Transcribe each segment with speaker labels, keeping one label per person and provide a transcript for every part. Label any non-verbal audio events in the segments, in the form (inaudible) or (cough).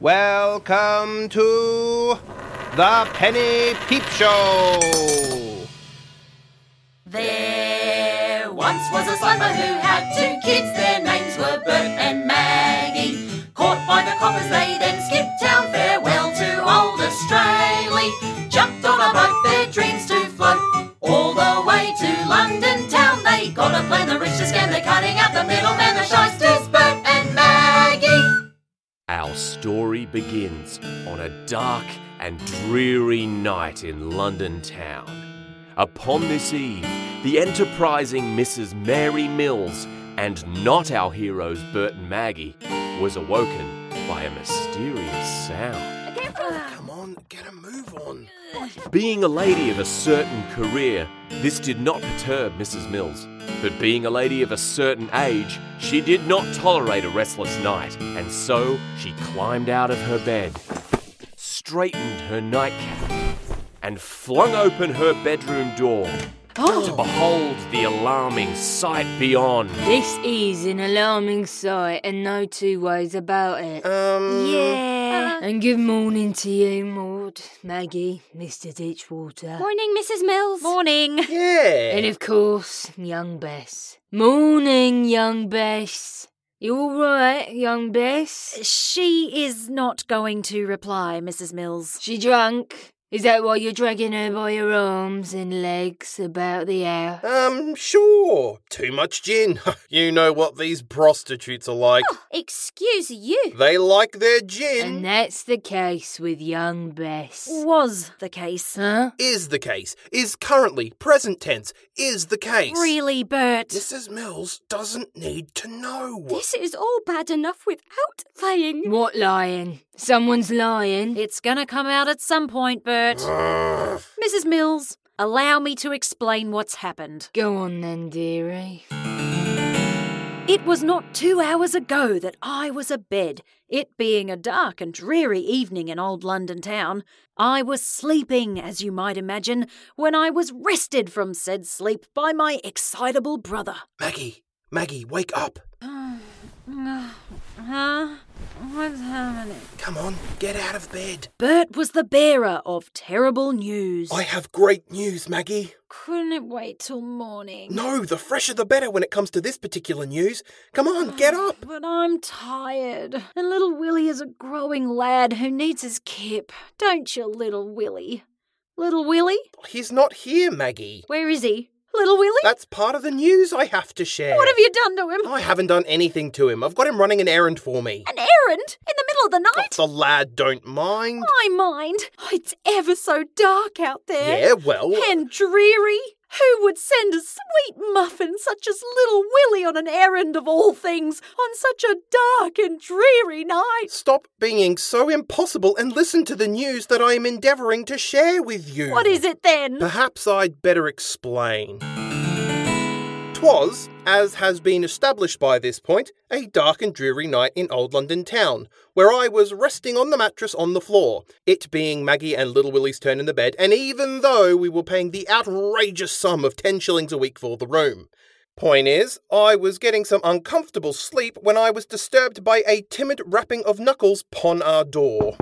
Speaker 1: Welcome to the Penny Peep Show.
Speaker 2: There once was a slimer who had two kids. Their names were Bert and Maggie. Caught by the coppers, they then skipped town. Farewell to old Australia. Jumped on a boat, their dreams to float. All the way to London town. They got a plan, the rich to scam. They're cutting out the middleman, the shysters, Bert and Maggie.
Speaker 3: Our story begins on a dark and dreary night in London town. Upon this eve, the enterprising Mrs. Mary Mills, and not our heroes Bert and Maggie, was awoken by a mysterious sound.
Speaker 1: Come on, get a move on.
Speaker 3: Being a lady of a certain career, this did not perturb Mrs. Mills. But being a lady of a certain age, she did not tolerate a restless night, and so she climbed out of her bed, straightened her nightcap, and flung open her bedroom door to behold the alarming sight beyond.
Speaker 4: This is an alarming sight and no two ways about it. Um. Yeah.
Speaker 5: Uh.
Speaker 4: And good morning to you, Maud, Maggie, Mr. Ditchwater.
Speaker 5: Morning, Mrs. Mills. Morning.
Speaker 4: And
Speaker 1: Yeah.
Speaker 4: of course, young Bess. Morning, young Bess. You alright, young Bess?
Speaker 5: She is not going to reply, Mrs. Mills.
Speaker 4: She drunk? Is that why you're dragging her by her arms and legs about the house?
Speaker 1: Um, sure. Too much gin. (laughs) you know what these prostitutes are
Speaker 5: (gasps)
Speaker 1: like.
Speaker 5: Excuse you.
Speaker 1: They like their gin.
Speaker 4: And that's the case with young Bess.
Speaker 5: Was the case.
Speaker 4: Huh?
Speaker 1: Is the case. Is currently. Present tense. Is the case.
Speaker 5: Really, Bert.
Speaker 1: Mrs. Mills doesn't need to know.
Speaker 6: This is all bad enough without lying.
Speaker 4: What lying? Someone's lying.
Speaker 5: It's gonna come out at some point, Bert. Mrs. Mills, allow me to explain what's happened.
Speaker 4: Go on then, dearie.
Speaker 5: It was not two hours ago that I was abed. It being a dark and dreary evening in old London town, I was sleeping, as you might imagine, when I was wrested from said sleep by my excitable brother.
Speaker 1: Maggie, Maggie, wake up.
Speaker 5: Huh? What's happening?
Speaker 1: Come on, get out of bed.
Speaker 5: Bert was the bearer of terrible news.
Speaker 1: I have great news, Maggie.
Speaker 6: Couldn't it wait till morning?
Speaker 1: No, the fresher the better when it comes to this particular news. Come on, get
Speaker 5: Oh,
Speaker 1: up.
Speaker 6: But I'm tired.
Speaker 5: And little Willie is a growing lad who needs his kip. Don't you, little Willie? Little Willie?
Speaker 1: He's not here, Maggie.
Speaker 5: Where is he? Little Willie?
Speaker 1: That's part of the news I have to share.
Speaker 5: What have you done to him?
Speaker 1: I haven't done anything to him. I've got him running an errand for me.
Speaker 5: An errand? In the middle of the
Speaker 1: Oh,
Speaker 5: night?
Speaker 1: the lad don't mind.
Speaker 5: I mind. Oh, It's ever so dark out there.
Speaker 1: Yeah, well.
Speaker 5: And dreary. Who would send a sweet muffin such as little Willie on an errand of all things on such a dark and dreary night?
Speaker 1: Stop being so impossible and listen to the news that I am endeavouring to share with you.
Speaker 5: What is it then?
Speaker 1: Perhaps I'd better explain. 'Twas, as has been established by this point, a dark and dreary night in old London town, where I was resting on the mattress on the floor, it being Maggie and Little Willie's turn in the bed, and even though we were paying the outrageous sum of ten shillings a week for the room. Point is, I was getting some uncomfortable sleep when I was disturbed by a timid rapping of knuckles upon our door.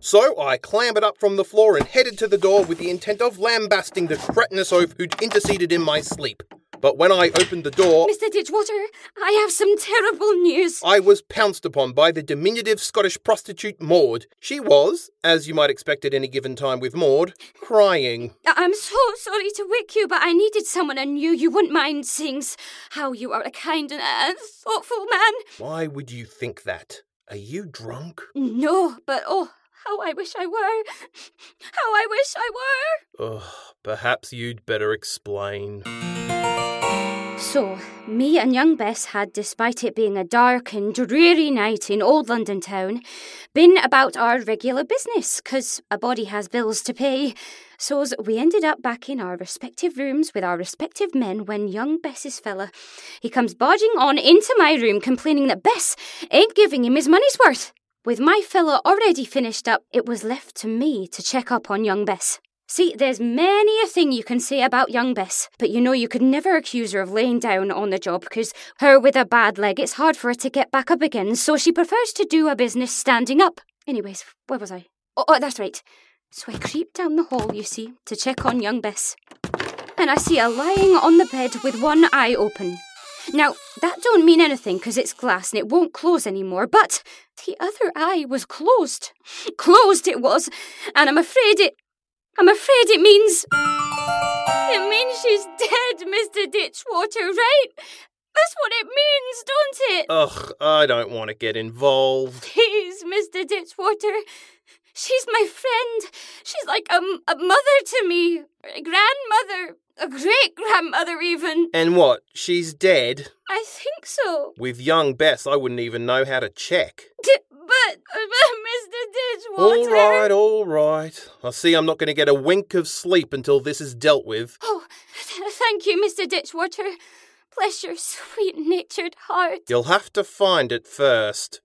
Speaker 1: So I clambered up from the floor and headed to the door with the intent of lambasting the cretinous oaf who'd interceded in my sleep. But when I opened the door,
Speaker 6: Mr. Ditchwater, I have some terrible news.
Speaker 1: I was pounced upon by the diminutive Scottish prostitute Maud. She was, as you might expect at any given time with Maud, crying.
Speaker 6: I- I'm so sorry to wake you, but I needed someone and knew you wouldn't mind sings. How you are a kind and uh, thoughtful man.
Speaker 1: Why would you think that? Are you drunk?
Speaker 6: No, but oh, how I wish I were. How I wish I were.
Speaker 1: Ugh, perhaps you'd better explain.
Speaker 6: So, me and young Bess had, despite it being a dark and dreary night in old London town, been about our regular business, 'cause a body has bills to pay. So's we ended up back in our respective rooms with our respective men when young Bess's fella, he comes barging on into my room complaining that Bess ain't giving him his money's worth. With my fella already finished up, it was left to me to check up on young Bess. See, there's many a thing you can say about young Bess, but you know you could never accuse her of laying down on the job because her with a bad leg, it's hard for her to get back up again, so she prefers to do her business standing up. Anyways, where was I? Oh, oh that's right. So I creep down the hall, you see, to check on young Bess. And I see her lying on the bed with one eye open. Now, that don't mean anything because it's glass and it won't close anymore, but the other eye was closed. Closed it was, and I'm afraid it I'm afraid it means. It means she's dead, Mr. Ditchwater, right? That's what it means, don't it?
Speaker 1: Ugh, I don't want to get involved.
Speaker 6: Please, Mr. Ditchwater. She's my friend. She's like a, m- a mother to me, a grandmother, a great grandmother, even.
Speaker 1: And what? She's dead?
Speaker 6: I think so.
Speaker 1: With young Bess, I wouldn't even know how to check.
Speaker 6: D- but, (laughs) but, Mr. Ditchwater.
Speaker 1: All right, all right. I see I'm not going to get a wink of sleep until this is dealt with.
Speaker 6: Oh, th- thank you, Mr. Ditchwater. Bless your sweet natured heart.
Speaker 1: You'll have to find it first.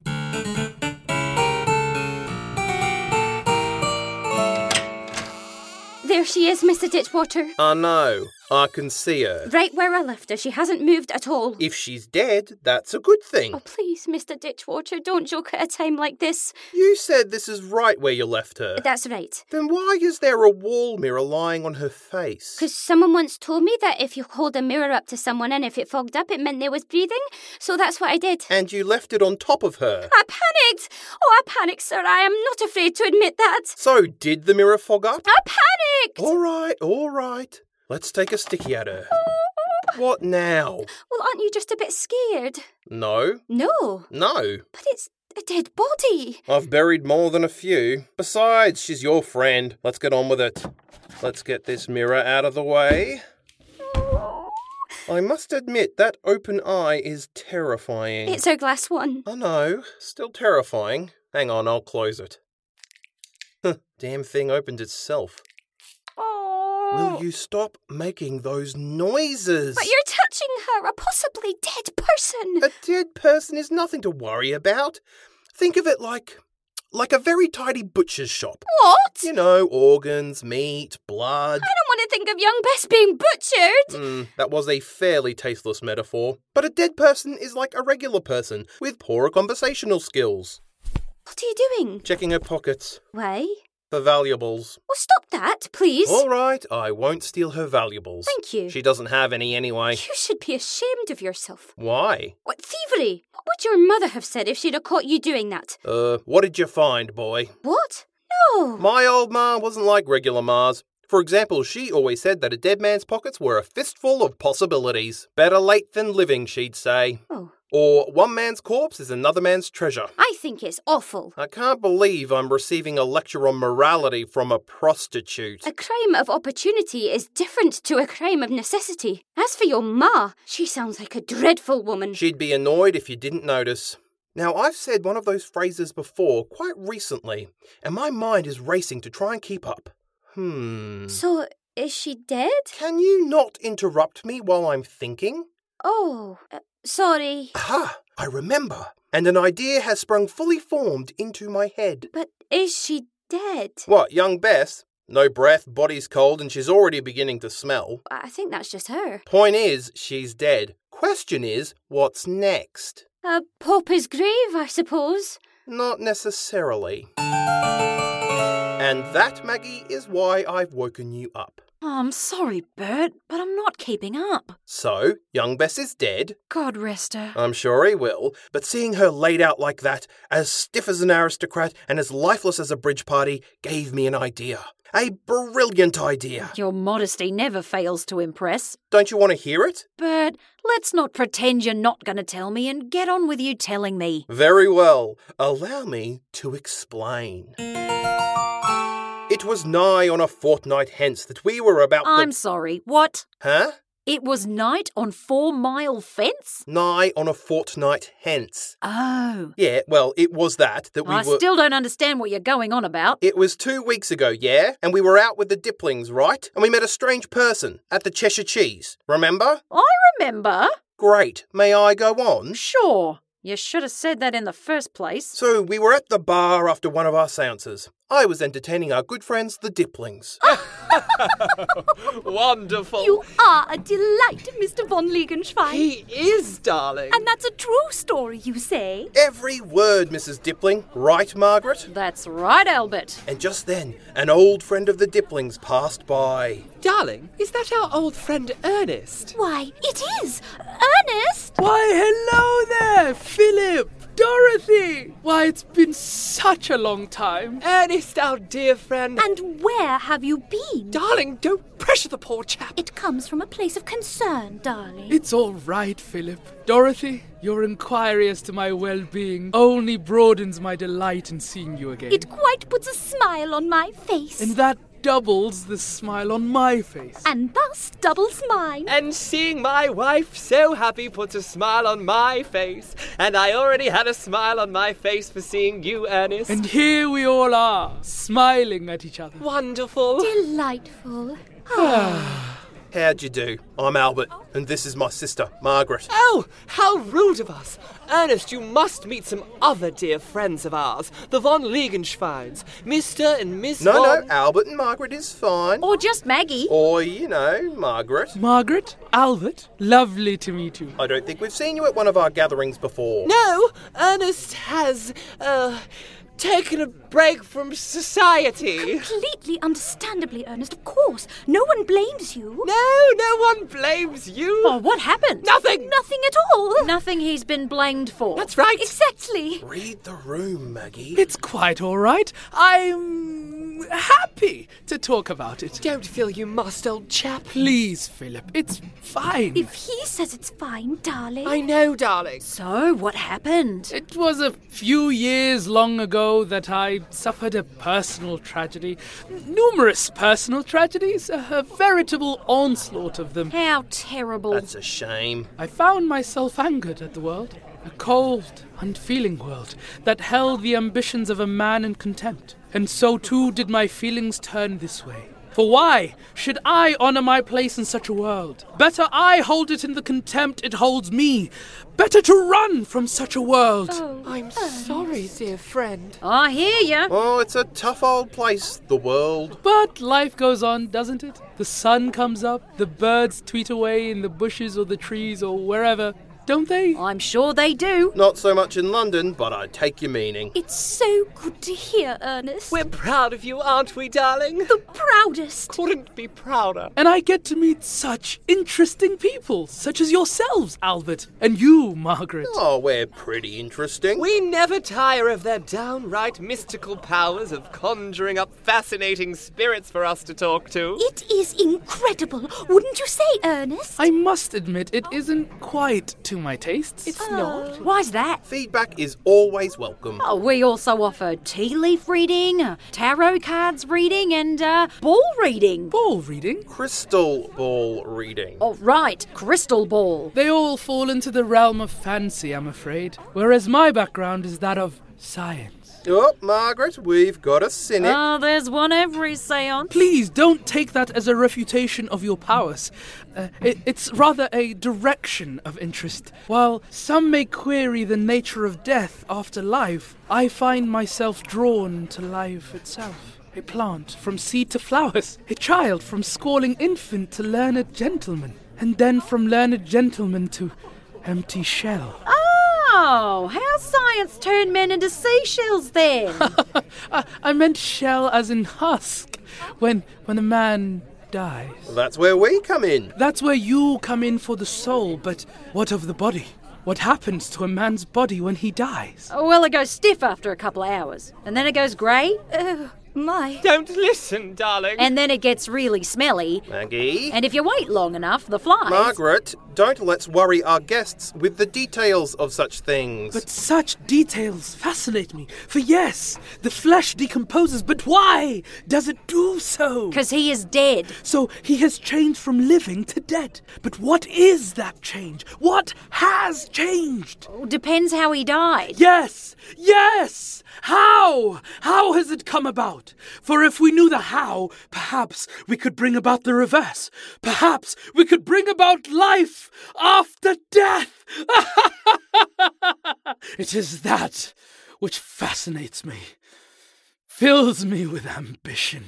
Speaker 6: There she is, Mr. Ditchwater.
Speaker 1: I know. I can see her.
Speaker 6: Right where I left her. She hasn't moved at all.
Speaker 1: If she's dead, that's a good
Speaker 6: Oh,
Speaker 1: thing.
Speaker 6: please, Mr. Ditchwater, don't joke at a time like this.
Speaker 1: You said this is right where you left her.
Speaker 6: That's right.
Speaker 1: Then why is there a wall mirror lying on her face?
Speaker 6: Because someone once told me that if you hold a mirror up to someone and if it fogged up, it meant they was breathing. So that's what I did.
Speaker 1: And you left it on top of her.
Speaker 6: I panicked. Oh, I panicked, sir. I am not afraid to admit that.
Speaker 1: So, did the mirror fog up?
Speaker 6: I panicked.
Speaker 1: All right, all right. Let's take a sticky at her.
Speaker 6: Oh,
Speaker 1: What now?
Speaker 6: Well, aren't you just a bit scared?
Speaker 1: No,
Speaker 6: No,
Speaker 1: no.
Speaker 6: but it's a dead body.
Speaker 1: I've buried more than a few. Besides, she's your friend. Let's get on with it. Let's get this mirror out of the way. I must admit, that open eye is terrifying.
Speaker 6: It's our glass one.
Speaker 1: I know, still terrifying. Hang on, I'll close it. Huh, Damn thing opened itself. Will you stop making those noises?
Speaker 6: But you're touching her, a possibly dead person.
Speaker 1: A dead person is nothing to worry about. Think of it like like a very tidy butcher's shop.
Speaker 6: What?
Speaker 1: You know, organs, meat, blood.
Speaker 6: I don't want to think of young Bess being butchered.
Speaker 1: Mm, that was a fairly tasteless metaphor. But a dead person is like a regular person with poorer conversational skills.
Speaker 6: What are you doing?
Speaker 1: Checking her pockets
Speaker 6: Why?
Speaker 1: for valuables.
Speaker 6: Well, stop that, please.
Speaker 1: All right, I won't steal her valuables.
Speaker 6: Thank you.
Speaker 1: She doesn't have any anyway.
Speaker 6: You should be ashamed of yourself.
Speaker 1: Why?
Speaker 6: What thievery? What would your mother have said if she'd have caught you doing that?
Speaker 1: Uh, what did you find, boy?
Speaker 6: What? No.
Speaker 1: My old ma wasn't like regular ma's. For example, she always said that a dead man's pockets were a fistful of possibilities. Better late than living, she'd say.
Speaker 6: Oh,
Speaker 1: Or one man's corpse is another man's treasure.
Speaker 6: I think it's awful.
Speaker 1: I can't believe I'm receiving a lecture on morality from a prostitute.
Speaker 6: A crime of opportunity is different to a crime of necessity. As for your ma, she sounds like a dreadful woman.
Speaker 1: She'd be annoyed if you didn't notice. Now, I've said one of those phrases before quite recently, and my mind is racing to try and keep up. Hmm.
Speaker 6: So, is she dead?
Speaker 1: Can you not interrupt me while I'm thinking?
Speaker 6: Oh, uh, sorry.
Speaker 1: Aha! I remember. And an idea has sprung fully formed into my head.
Speaker 6: But is she dead?
Speaker 1: What, young Bess? No breath, body's cold, and she's already beginning to smell.
Speaker 6: I think that's just her.
Speaker 1: Point is, she's dead. Question is, what's next?
Speaker 6: A pauper's grave, I suppose.
Speaker 1: Not necessarily. And that, Maggie, is why I've woken you up.
Speaker 5: Oh, I'm sorry, Bert, but I'm not keeping up.
Speaker 1: So, young Bess is dead.
Speaker 5: God rest her.
Speaker 1: I'm sure he will. But seeing her laid out like that, as stiff as an aristocrat and as lifeless as a bridge party, gave me an idea. A brilliant idea.
Speaker 5: Your modesty never fails to impress.
Speaker 1: Don't you want to hear it?
Speaker 5: Bert, let's not pretend you're not going to tell me and get on with you telling me.
Speaker 1: Very well. Allow me to explain. It was nigh on a fortnight hence that we were about. the-
Speaker 5: I'm sorry, what?
Speaker 1: Huh?
Speaker 5: It was night on Four Mile Fence?
Speaker 1: Nigh on a fortnight hence.
Speaker 5: Oh.
Speaker 1: Yeah, well, it was that that we
Speaker 5: I
Speaker 1: were.
Speaker 5: still don't understand what you're going on about.
Speaker 1: It was two weeks ago, yeah? And we were out with the Diplings, right? And we met a strange person at the Cheshire Cheese. Remember?
Speaker 5: I remember.
Speaker 1: Great. May I go on?
Speaker 5: Sure. You should have said that in the first place.
Speaker 1: So we were at the bar after one of our seances. I was entertaining our good friends, the Diplings.
Speaker 7: Wonderful.
Speaker 6: You are a delight, Mr. von Liegenschwein.
Speaker 8: He is, darling.
Speaker 6: And that's a true story, you say?
Speaker 1: Every word, Mrs. Dipling. Right, Margaret?
Speaker 5: That's right, Albert.
Speaker 1: And just then, an old friend of the Diplings passed by.
Speaker 8: darling, is that our old friend Ernest?
Speaker 6: Why, it is! Ernest!
Speaker 8: Why, hello there, Philip, Dorothy. Why, it's been such a long time. Ernest, our dear friend.
Speaker 6: And where have you been?
Speaker 8: darling, don't pressure the poor chap.
Speaker 6: It comes from a place of concern, darling.
Speaker 8: It's all right, Philip. Dorothy, your inquiry as to my well being only broadens my delight in seeing you again.
Speaker 6: It quite puts a smile on my face.
Speaker 8: and that doubles the smile on my face.
Speaker 6: And thus doubles mine.
Speaker 4: And seeing my wife so happy puts a smile on my face. And I already had a smile on my face for seeing you, Ernest.
Speaker 8: And here we all are, smiling at each other.
Speaker 4: Wonderful.
Speaker 6: Delightful.
Speaker 1: How'd you do? I'm Albert, and this is my sister, Margaret.
Speaker 4: Oh, how rude of us! Ernest, you must meet some other dear friends of ours, the von Liegenschweins, Mr. and Miss
Speaker 1: No,
Speaker 4: von...
Speaker 1: no, Albert and Margaret is fine.
Speaker 5: Or just Maggie.
Speaker 1: Or, you know, Margaret.
Speaker 8: Margaret, Albert, lovely to meet you.
Speaker 1: I don't think we've seen you at one of our gatherings before.
Speaker 4: No, Ernest has, uh, taken a break from society.
Speaker 6: Completely understandably, Ernest, of course. No one blames you.
Speaker 4: No, no one blames you.
Speaker 5: Oh, what happened?
Speaker 4: Nothing.
Speaker 6: Nothing at all.
Speaker 5: Nothing he's been blamed for.
Speaker 4: That's right.
Speaker 6: Exactly.
Speaker 1: Read the room, Maggie.
Speaker 8: It's quite all right. I'm happy to talk about it.
Speaker 4: Don't feel you must, old chap.
Speaker 8: Please, Philip, it's fine.
Speaker 6: If he says it's fine, darling.
Speaker 4: I know, darling.
Speaker 5: So, what happened?
Speaker 8: It was a few years long ago that I suffered a personal tragedy. Numerous personal tragedies, a, a veritable onslaught of them.
Speaker 5: How terrible.
Speaker 1: That's a shame.
Speaker 8: I found myself angered at the world. A cold, unfeeling world that held the ambitions of a man in contempt. And so too did my feelings turn this way. For why should I honor my place in such a world? Better I hold it in the contempt it holds me. Better to run from such a world.
Speaker 6: Oh.
Speaker 4: I'm sorry, dear friend.
Speaker 5: I hear ya.
Speaker 1: Oh, it's a tough old place, the world.
Speaker 8: But life goes on, doesn't it? The sun comes up, the birds tweet away in the bushes or the trees or wherever, don't they?
Speaker 5: I'm sure they do.
Speaker 1: Not so much in London, but I take your meaning.
Speaker 6: It's so good to hear, Ernest.
Speaker 4: We're proud of you, aren't we, darling?
Speaker 6: the proudest.
Speaker 4: Couldn't be prouder.
Speaker 8: And I get to meet such interesting people, such as yourselves, Albert, and you, Margaret.
Speaker 1: Oh, we're pretty interesting.
Speaker 4: We never tire of their downright mystical powers of conjuring up fascinating spirits for us to talk to.
Speaker 6: It is incredible, wouldn't you say, Ernest?
Speaker 8: I must admit, it isn't quite to my tastes.
Speaker 4: It's not.
Speaker 5: Why's that?
Speaker 1: Feedback is always welcome.
Speaker 5: Oh, we also offer tea leaf reading, uh, tarot cards reading, and uh, ball reading.
Speaker 8: ball reading.
Speaker 1: Crystal ball reading.
Speaker 5: Oh, right, crystal ball.
Speaker 8: They all fall into the realm of fancy, I'm afraid, whereas my background is that of science.
Speaker 1: Oh, Margaret, we've got a cynic.
Speaker 5: Oh, there's one every seance.
Speaker 8: Please don't take that as a refutation of your powers. Uh, it- it's rather a direction of interest. While some may query the nature of death after life, I find myself drawn to life itself. A plant from seed to flowers, a child from squalling infant to learned gentleman, and then from learned gentleman to empty shell.
Speaker 5: Ah. Oh, how science turned men into
Speaker 1: (laughs)
Speaker 5: seashells then.
Speaker 8: I, Uh, I meant shell as in husk. When when a man dies.
Speaker 1: That's where we come in.
Speaker 8: That's where you come in for the soul, but what of the body? What happens to a man's body when he dies?
Speaker 5: Oh.
Speaker 4: Uh,
Speaker 5: well, it goes stiff after a couple of hours, and then it goes grey. Uh,
Speaker 6: Oh,
Speaker 5: My.
Speaker 9: Don't listen, darling.
Speaker 5: And then it gets really smelly.
Speaker 1: Maggie?
Speaker 5: And if you wait long enough, the flies.
Speaker 1: Margaret, don't let's worry our guests with the details of such things.
Speaker 8: But such details fascinate me. For yes, the flesh decomposes, but why does it do so?
Speaker 5: Because he is dead.
Speaker 8: So he has changed from living to dead. But what is that change? What has changed?
Speaker 5: Depends how he died.
Speaker 9: (laughs)
Speaker 8: Yes, yes! How? How has it come about? For if we knew the how, perhaps we could bring about the reverse. Perhaps we could bring about life after death. (laughs) it is that which fascinates me, fills me with ambition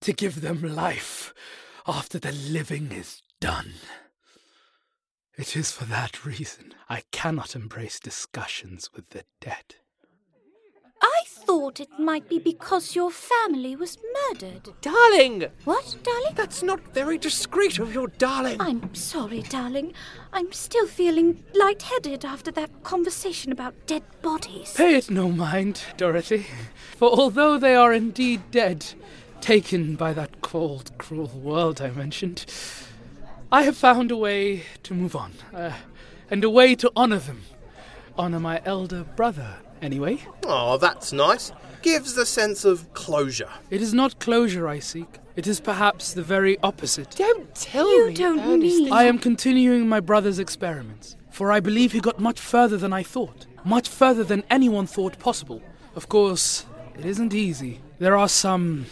Speaker 8: to give them life after the living is done. It is for that reason I cannot embrace discussions with the dead.
Speaker 10: I thought it might be because your family was murdered.
Speaker 9: Darling!
Speaker 10: What, darling?
Speaker 9: That's not very discreet of your darling.
Speaker 10: I'm sorry, darling. I'm still feeling lightheaded after that conversation about dead bodies.
Speaker 8: Pay it no mind, Dorothy, for although they are indeed dead, taken by that cold, cruel world I mentioned, I have found a way to move on, uh, and a way to honour them. Honour my elder brother, anyway.
Speaker 1: Oh, that's nice. Gives a sense of closure.
Speaker 8: It is not closure I seek. It is perhaps the very opposite.
Speaker 9: Don't tell
Speaker 10: You
Speaker 9: me.
Speaker 10: don't
Speaker 9: about these
Speaker 10: mean-
Speaker 9: things.
Speaker 8: I am continuing my brother's experiments, for I believe he got much further than I thought, much further than anyone thought possible. Of course, it isn't easy. There are some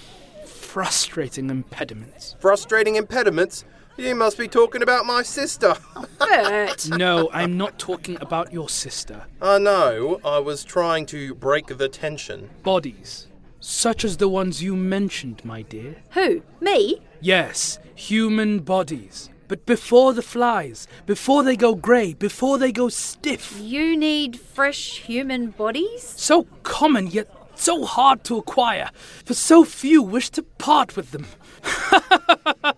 Speaker 8: frustrating impediments.
Speaker 1: Frustrating impediments? You must be talking about my sister. (laughs)
Speaker 5: Bert.
Speaker 8: No, I'm not talking about your sister.
Speaker 1: I know, I was trying to break the tension.
Speaker 8: Bodies, such as the ones you mentioned, my dear.
Speaker 5: Who? Me?
Speaker 8: Yes, human bodies. But before the flies, before they go grey, before they go stiff.
Speaker 5: You need fresh human bodies?
Speaker 8: So common yet so hard to acquire, for so few wish to part with them.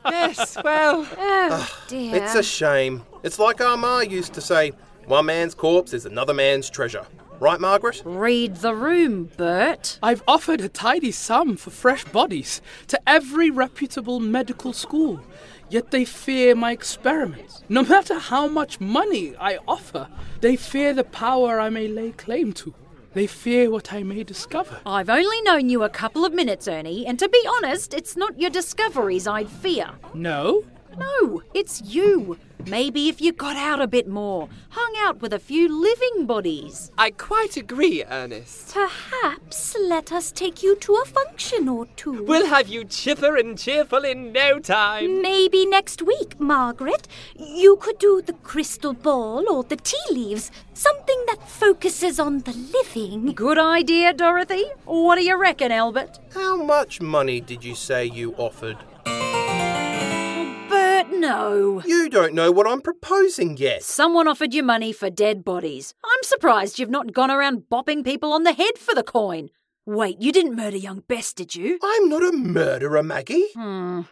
Speaker 9: yes, well.
Speaker 10: Oh, dear.
Speaker 1: It's a shame. It's like our Ma used to say one man's corpse is another man's treasure. Right, Margaret?
Speaker 5: (laughs) Read the room, Bert.
Speaker 8: I've offered a tidy sum for fresh bodies to every reputable medical school, yet they fear my experiments. No matter how much money I offer, they fear the power I may lay claim to. They fear what I may discover.
Speaker 5: I've only known you a couple of minutes, Ernie, and to be honest, it's not your discoveries I'd fear.
Speaker 8: No?
Speaker 5: No, it's you. Maybe if you got out a bit more, hung out with a few living bodies.
Speaker 9: I quite agree, Ernest.
Speaker 10: Perhaps let us take you to a function or two.
Speaker 9: We'll have you chipper and cheerful in no time.
Speaker 10: Maybe next week, Margaret. You could do the crystal ball or the tea leaves, something that focuses on the living.
Speaker 5: Good idea, Dorothy. What do you reckon, Albert?
Speaker 1: How much money did you say you offered?
Speaker 5: Bert, no.
Speaker 1: You don't know what I'm proposing yet.
Speaker 5: Someone offered you money for dead bodies. I'm surprised you've not gone around bopping people on the head for the coin. Wait, you didn't murder young Bess, did you?
Speaker 1: I'm not a murderer, Maggie.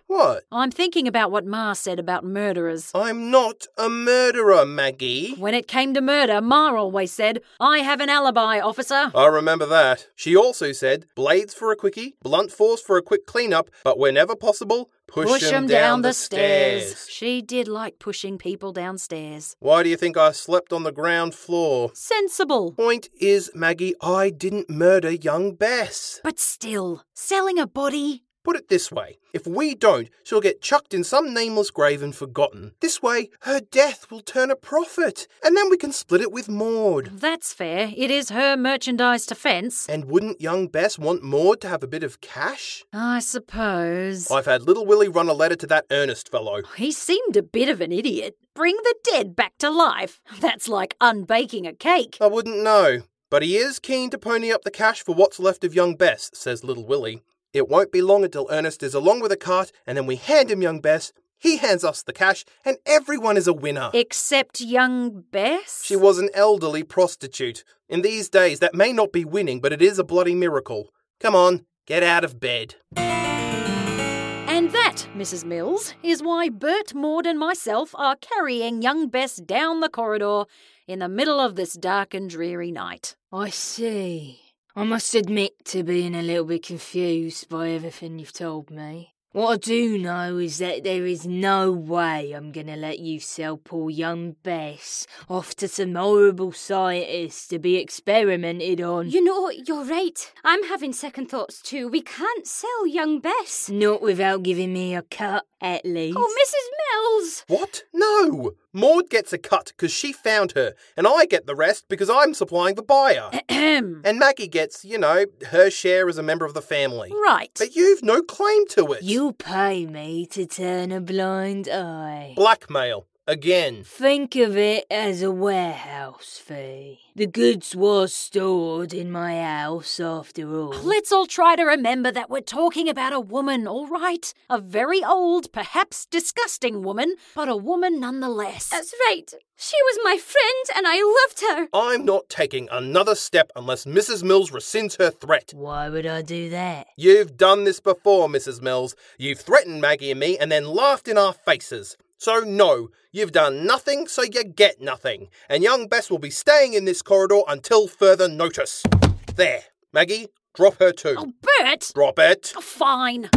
Speaker 1: What?
Speaker 5: I'm thinking about what Ma said about murderers.
Speaker 1: I'm not a murderer, Maggie.
Speaker 5: When it came to murder, Ma always said, I have an alibi, officer.
Speaker 1: I remember that. She also said blades for a quickie, blunt force for a quick cleanup, but whenever possible, push, 'em
Speaker 5: them
Speaker 1: down, the stairs.
Speaker 5: She did like pushing people downstairs.
Speaker 1: Why do you think I slept on the ground floor?
Speaker 5: Sensible.
Speaker 1: Point is, Maggie, I didn't murder young Bess.
Speaker 5: But still, selling a body?
Speaker 1: Put it this way if we don't, she'll get chucked in some nameless grave and forgotten. This way, her death will turn a profit, and then we can split it with Maud.
Speaker 5: That's fair. It is her merchandise to fence.
Speaker 1: And wouldn't young Bess want Maud to have a bit of cash?
Speaker 5: I suppose.
Speaker 1: I've had little Willie run a letter to that Ernest fellow.
Speaker 5: He seemed a bit of an idiot. Bring the dead back to life. (laughs) That's like unbaking a cake.
Speaker 1: I wouldn't know, but he is keen to pony up the cash for what's left of young Bess, says little Willie. It won't be long until Ernest is along with a cart, and then we hand him young Bess. He hands us the cash, and everyone is a winner.
Speaker 5: Except young Bess?
Speaker 1: She was an elderly prostitute. In these days, that may not be winning, but it is a bloody miracle. Come on, get out of bed.
Speaker 5: And that, Mrs. Mills, is why Bert, Maud, and myself are carrying young Bess
Speaker 6: Oh,
Speaker 5: down the corridor in the middle of this dark and dreary night.
Speaker 4: I see. I must admit to being a little bit confused by everything you've told me. What I do know is that there is no way I'm going to let you sell poor young Bess off to some horrible scientist to be experimented on.
Speaker 6: You know, you're right. I'm having second thoughts too. We can't sell young Bess.
Speaker 4: Not without giving me a cut, at least.
Speaker 6: Oh, Mrs.
Speaker 5: (clears throat)
Speaker 6: Mills!
Speaker 1: What? No! Maud gets a cut because she found her, and I get the rest because I'm supplying the buyer.
Speaker 5: Eh.
Speaker 1: and Maggie gets, you know, her share as a member of the family.
Speaker 5: Right.
Speaker 1: But you've no claim to it.
Speaker 4: You pay me to turn a blind eye.
Speaker 1: Blackmail. Again.
Speaker 4: Think of it as a warehouse fee. The goods was stored in my house after all.
Speaker 5: Let's all try to remember that we're talking about a woman, all right? A very old, perhaps disgusting woman, but a woman nonetheless.
Speaker 6: That's right. She was my friend and I loved her.
Speaker 1: I'm not taking another step unless Mrs. Mills rescinds her threat.
Speaker 4: Why would I do that?
Speaker 1: You've done this before, Mrs. Mills. You've threatened Maggie and me and then laughed in our faces. So, no, you've done nothing, so you get nothing. And young Bess will be staying in this corridor until further notice. There. Maggie, drop her too.
Speaker 5: Oh, Bert!
Speaker 1: Drop it.
Speaker 5: Oh, fine.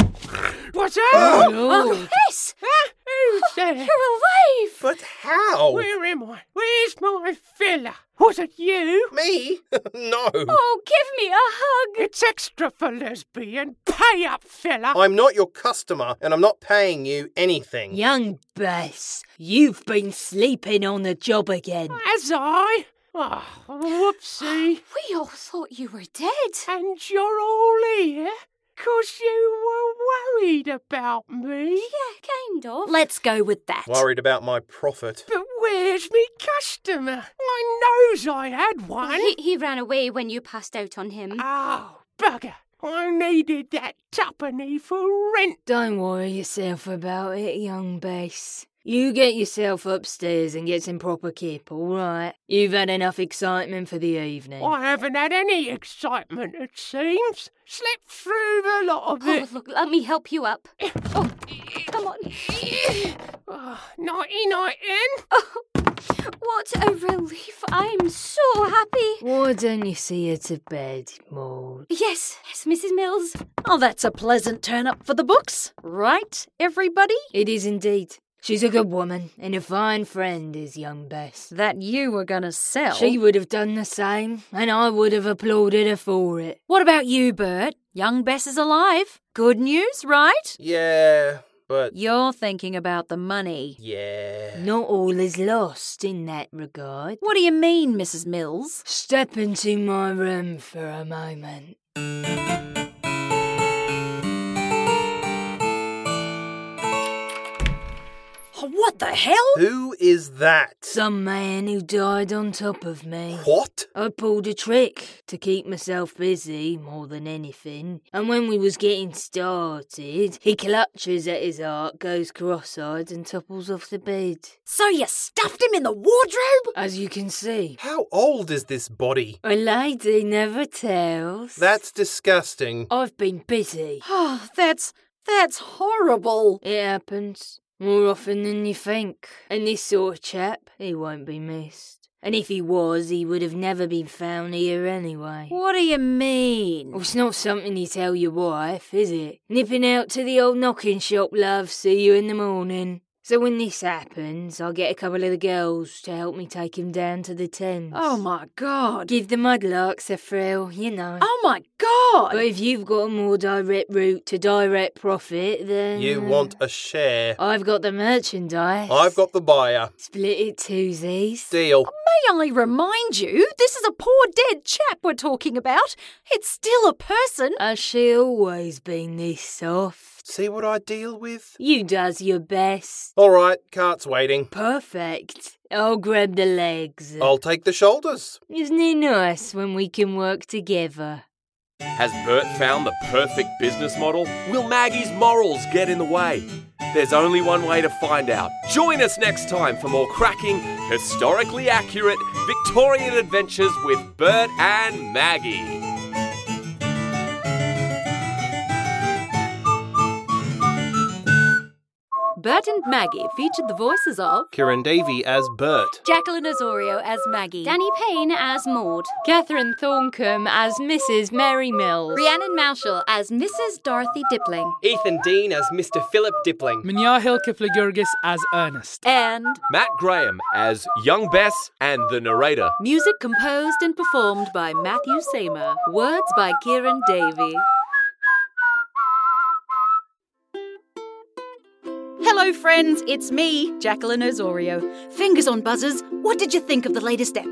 Speaker 11: What's
Speaker 1: Oh,
Speaker 11: up?
Speaker 5: Oh, yes! Oh,
Speaker 11: You're
Speaker 5: alive!
Speaker 1: But how?
Speaker 11: Where am I? Where's my fella? Was it you?
Speaker 1: Me? (laughs) no.
Speaker 6: Oh, give me a hug.
Speaker 11: It's extra for lesbian. Pay up, fella.
Speaker 1: I'm not your customer, and I'm not paying you anything.
Speaker 4: Young Bess, you've been sleeping on the job again.
Speaker 11: As I? Oh,
Speaker 6: (gasps)
Speaker 11: whoopsie.
Speaker 10: We all thought you were dead.
Speaker 11: and you're all here? 'Cause you were worried about me.
Speaker 6: Yeah, kind of.
Speaker 5: Let's go with that.
Speaker 1: Worried about my profit.
Speaker 11: But where's me customer? I knows I had one.
Speaker 6: He, he ran away when you passed out on him.
Speaker 9: Ah.
Speaker 11: Oh, bugger. I needed that tuppenny for rent.
Speaker 4: Don't worry yourself about it, young Bess. You get yourself upstairs and get some proper kip, all right? You've had enough excitement for the evening.
Speaker 11: I haven't had any excitement, it seems. Slept through the lot of
Speaker 6: Oh,
Speaker 11: it.
Speaker 6: look, let me help you up.
Speaker 11: Eh.
Speaker 6: Oh, come on.
Speaker 11: Oh, nighty night in.
Speaker 6: What a relief. I'm so happy.
Speaker 4: Why don't you see her to bed, Maud?
Speaker 6: Yes, yes, Mrs. Mills.
Speaker 5: Oh, that's a pleasant turn up for the books, right, everybody?
Speaker 4: It is indeed. She's a good woman and a fine friend, is young Bess.
Speaker 5: That you were gonna sell.
Speaker 4: She would have done the same, and I would have applauded her for it.
Speaker 5: What about you, Bert? Young Bess is alive. Good news, right?
Speaker 1: Yeah, but.
Speaker 5: You're thinking about the money.
Speaker 1: Yeah.
Speaker 4: Not all is lost in that regard.
Speaker 5: What do you mean, Mrs. Mills?
Speaker 4: Step into my room for a moment.
Speaker 5: Oh, what the hell?
Speaker 1: Who is that?
Speaker 4: Some man who died on top of me.
Speaker 1: What?
Speaker 4: I pulled a trick to keep myself busy more than anything. And when we was getting started, he clutches at his heart, goes cross-eyed and topples off the bed.
Speaker 5: So you stuffed him in the wardrobe?
Speaker 4: As you can see,
Speaker 1: How old is this body?
Speaker 4: a lady never tells.
Speaker 1: That's disgusting.
Speaker 4: I've been busy.
Speaker 5: Oh, that's that's horrible.
Speaker 4: It happens more often than you think. And this sort of chap, he won't be missed. And if he was, he would have never been found here anyway.
Speaker 5: What do you
Speaker 4: Well,
Speaker 5: mean?
Speaker 4: it's not something you tell your wife, is it? Nipping out to the old knocking shop, love, see you in the morning. So when this happens, I'll get a couple of the girls to help me take him down to the Thames.
Speaker 5: Oh my god.
Speaker 4: Give the mudlarks a thrill, you know.
Speaker 5: Oh my god.
Speaker 4: But if you've got a more direct route to direct profit, then...
Speaker 1: You
Speaker 4: uh,
Speaker 1: want a share.
Speaker 4: I've got the merchandise.
Speaker 1: I've got the buyer.
Speaker 4: Split it twosies.
Speaker 1: Deal.
Speaker 5: May I remind you, this is a poor dead chap we're talking about. It's still a person.
Speaker 4: Has she always been this soft?
Speaker 1: See what I deal with?
Speaker 4: You does your best.
Speaker 1: All right, cart's waiting.
Speaker 4: Perfect.
Speaker 8: Oh,
Speaker 4: I'll grab the legs.
Speaker 1: I'll take the shoulders.
Speaker 4: Isn't it nice when we can work together?
Speaker 3: Has Bert found the perfect business model? Will Maggie's morals get in the way? There's only one way to find out. Join us next time for more cracking, historically accurate Victorian adventures with Bert and Maggie.
Speaker 5: Bert and Maggie featured the voices of
Speaker 12: Kieran Davey as Bert.
Speaker 5: Jacqueline Azorio as Maggie,
Speaker 13: Danny Payne as Maud,
Speaker 14: Catherine Thorncombe as Mrs. Mary Mills,
Speaker 6: Rhiannon Marshall as Mrs. Dorothy Dippling,
Speaker 15: Ethan Dean as Mr. Philip Dippling,
Speaker 8: Minyahil Kiplagurgis as Ernest,
Speaker 5: and
Speaker 1: Matt Graham as Young Bess and the narrator.
Speaker 5: music composed and performed by Matthew Samer, words by Kieran Davey. Hello, friends, it's me, Jacqueline Osorio. Fingers on buzzers, what did you think of the latest ep?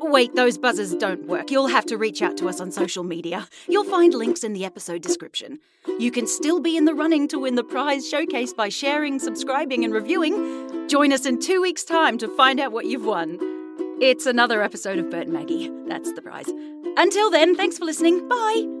Speaker 5: Wait, those buzzers don't work. You'll have to reach out to us on social media. You'll find links in the episode description. You can still be in the running to win the prize showcase by sharing, subscribing, and reviewing. Join us in two weeks' time to find out what you've won. It's another episode of Bert and Maggie. That's the prize. Until then, thanks for listening. Bye.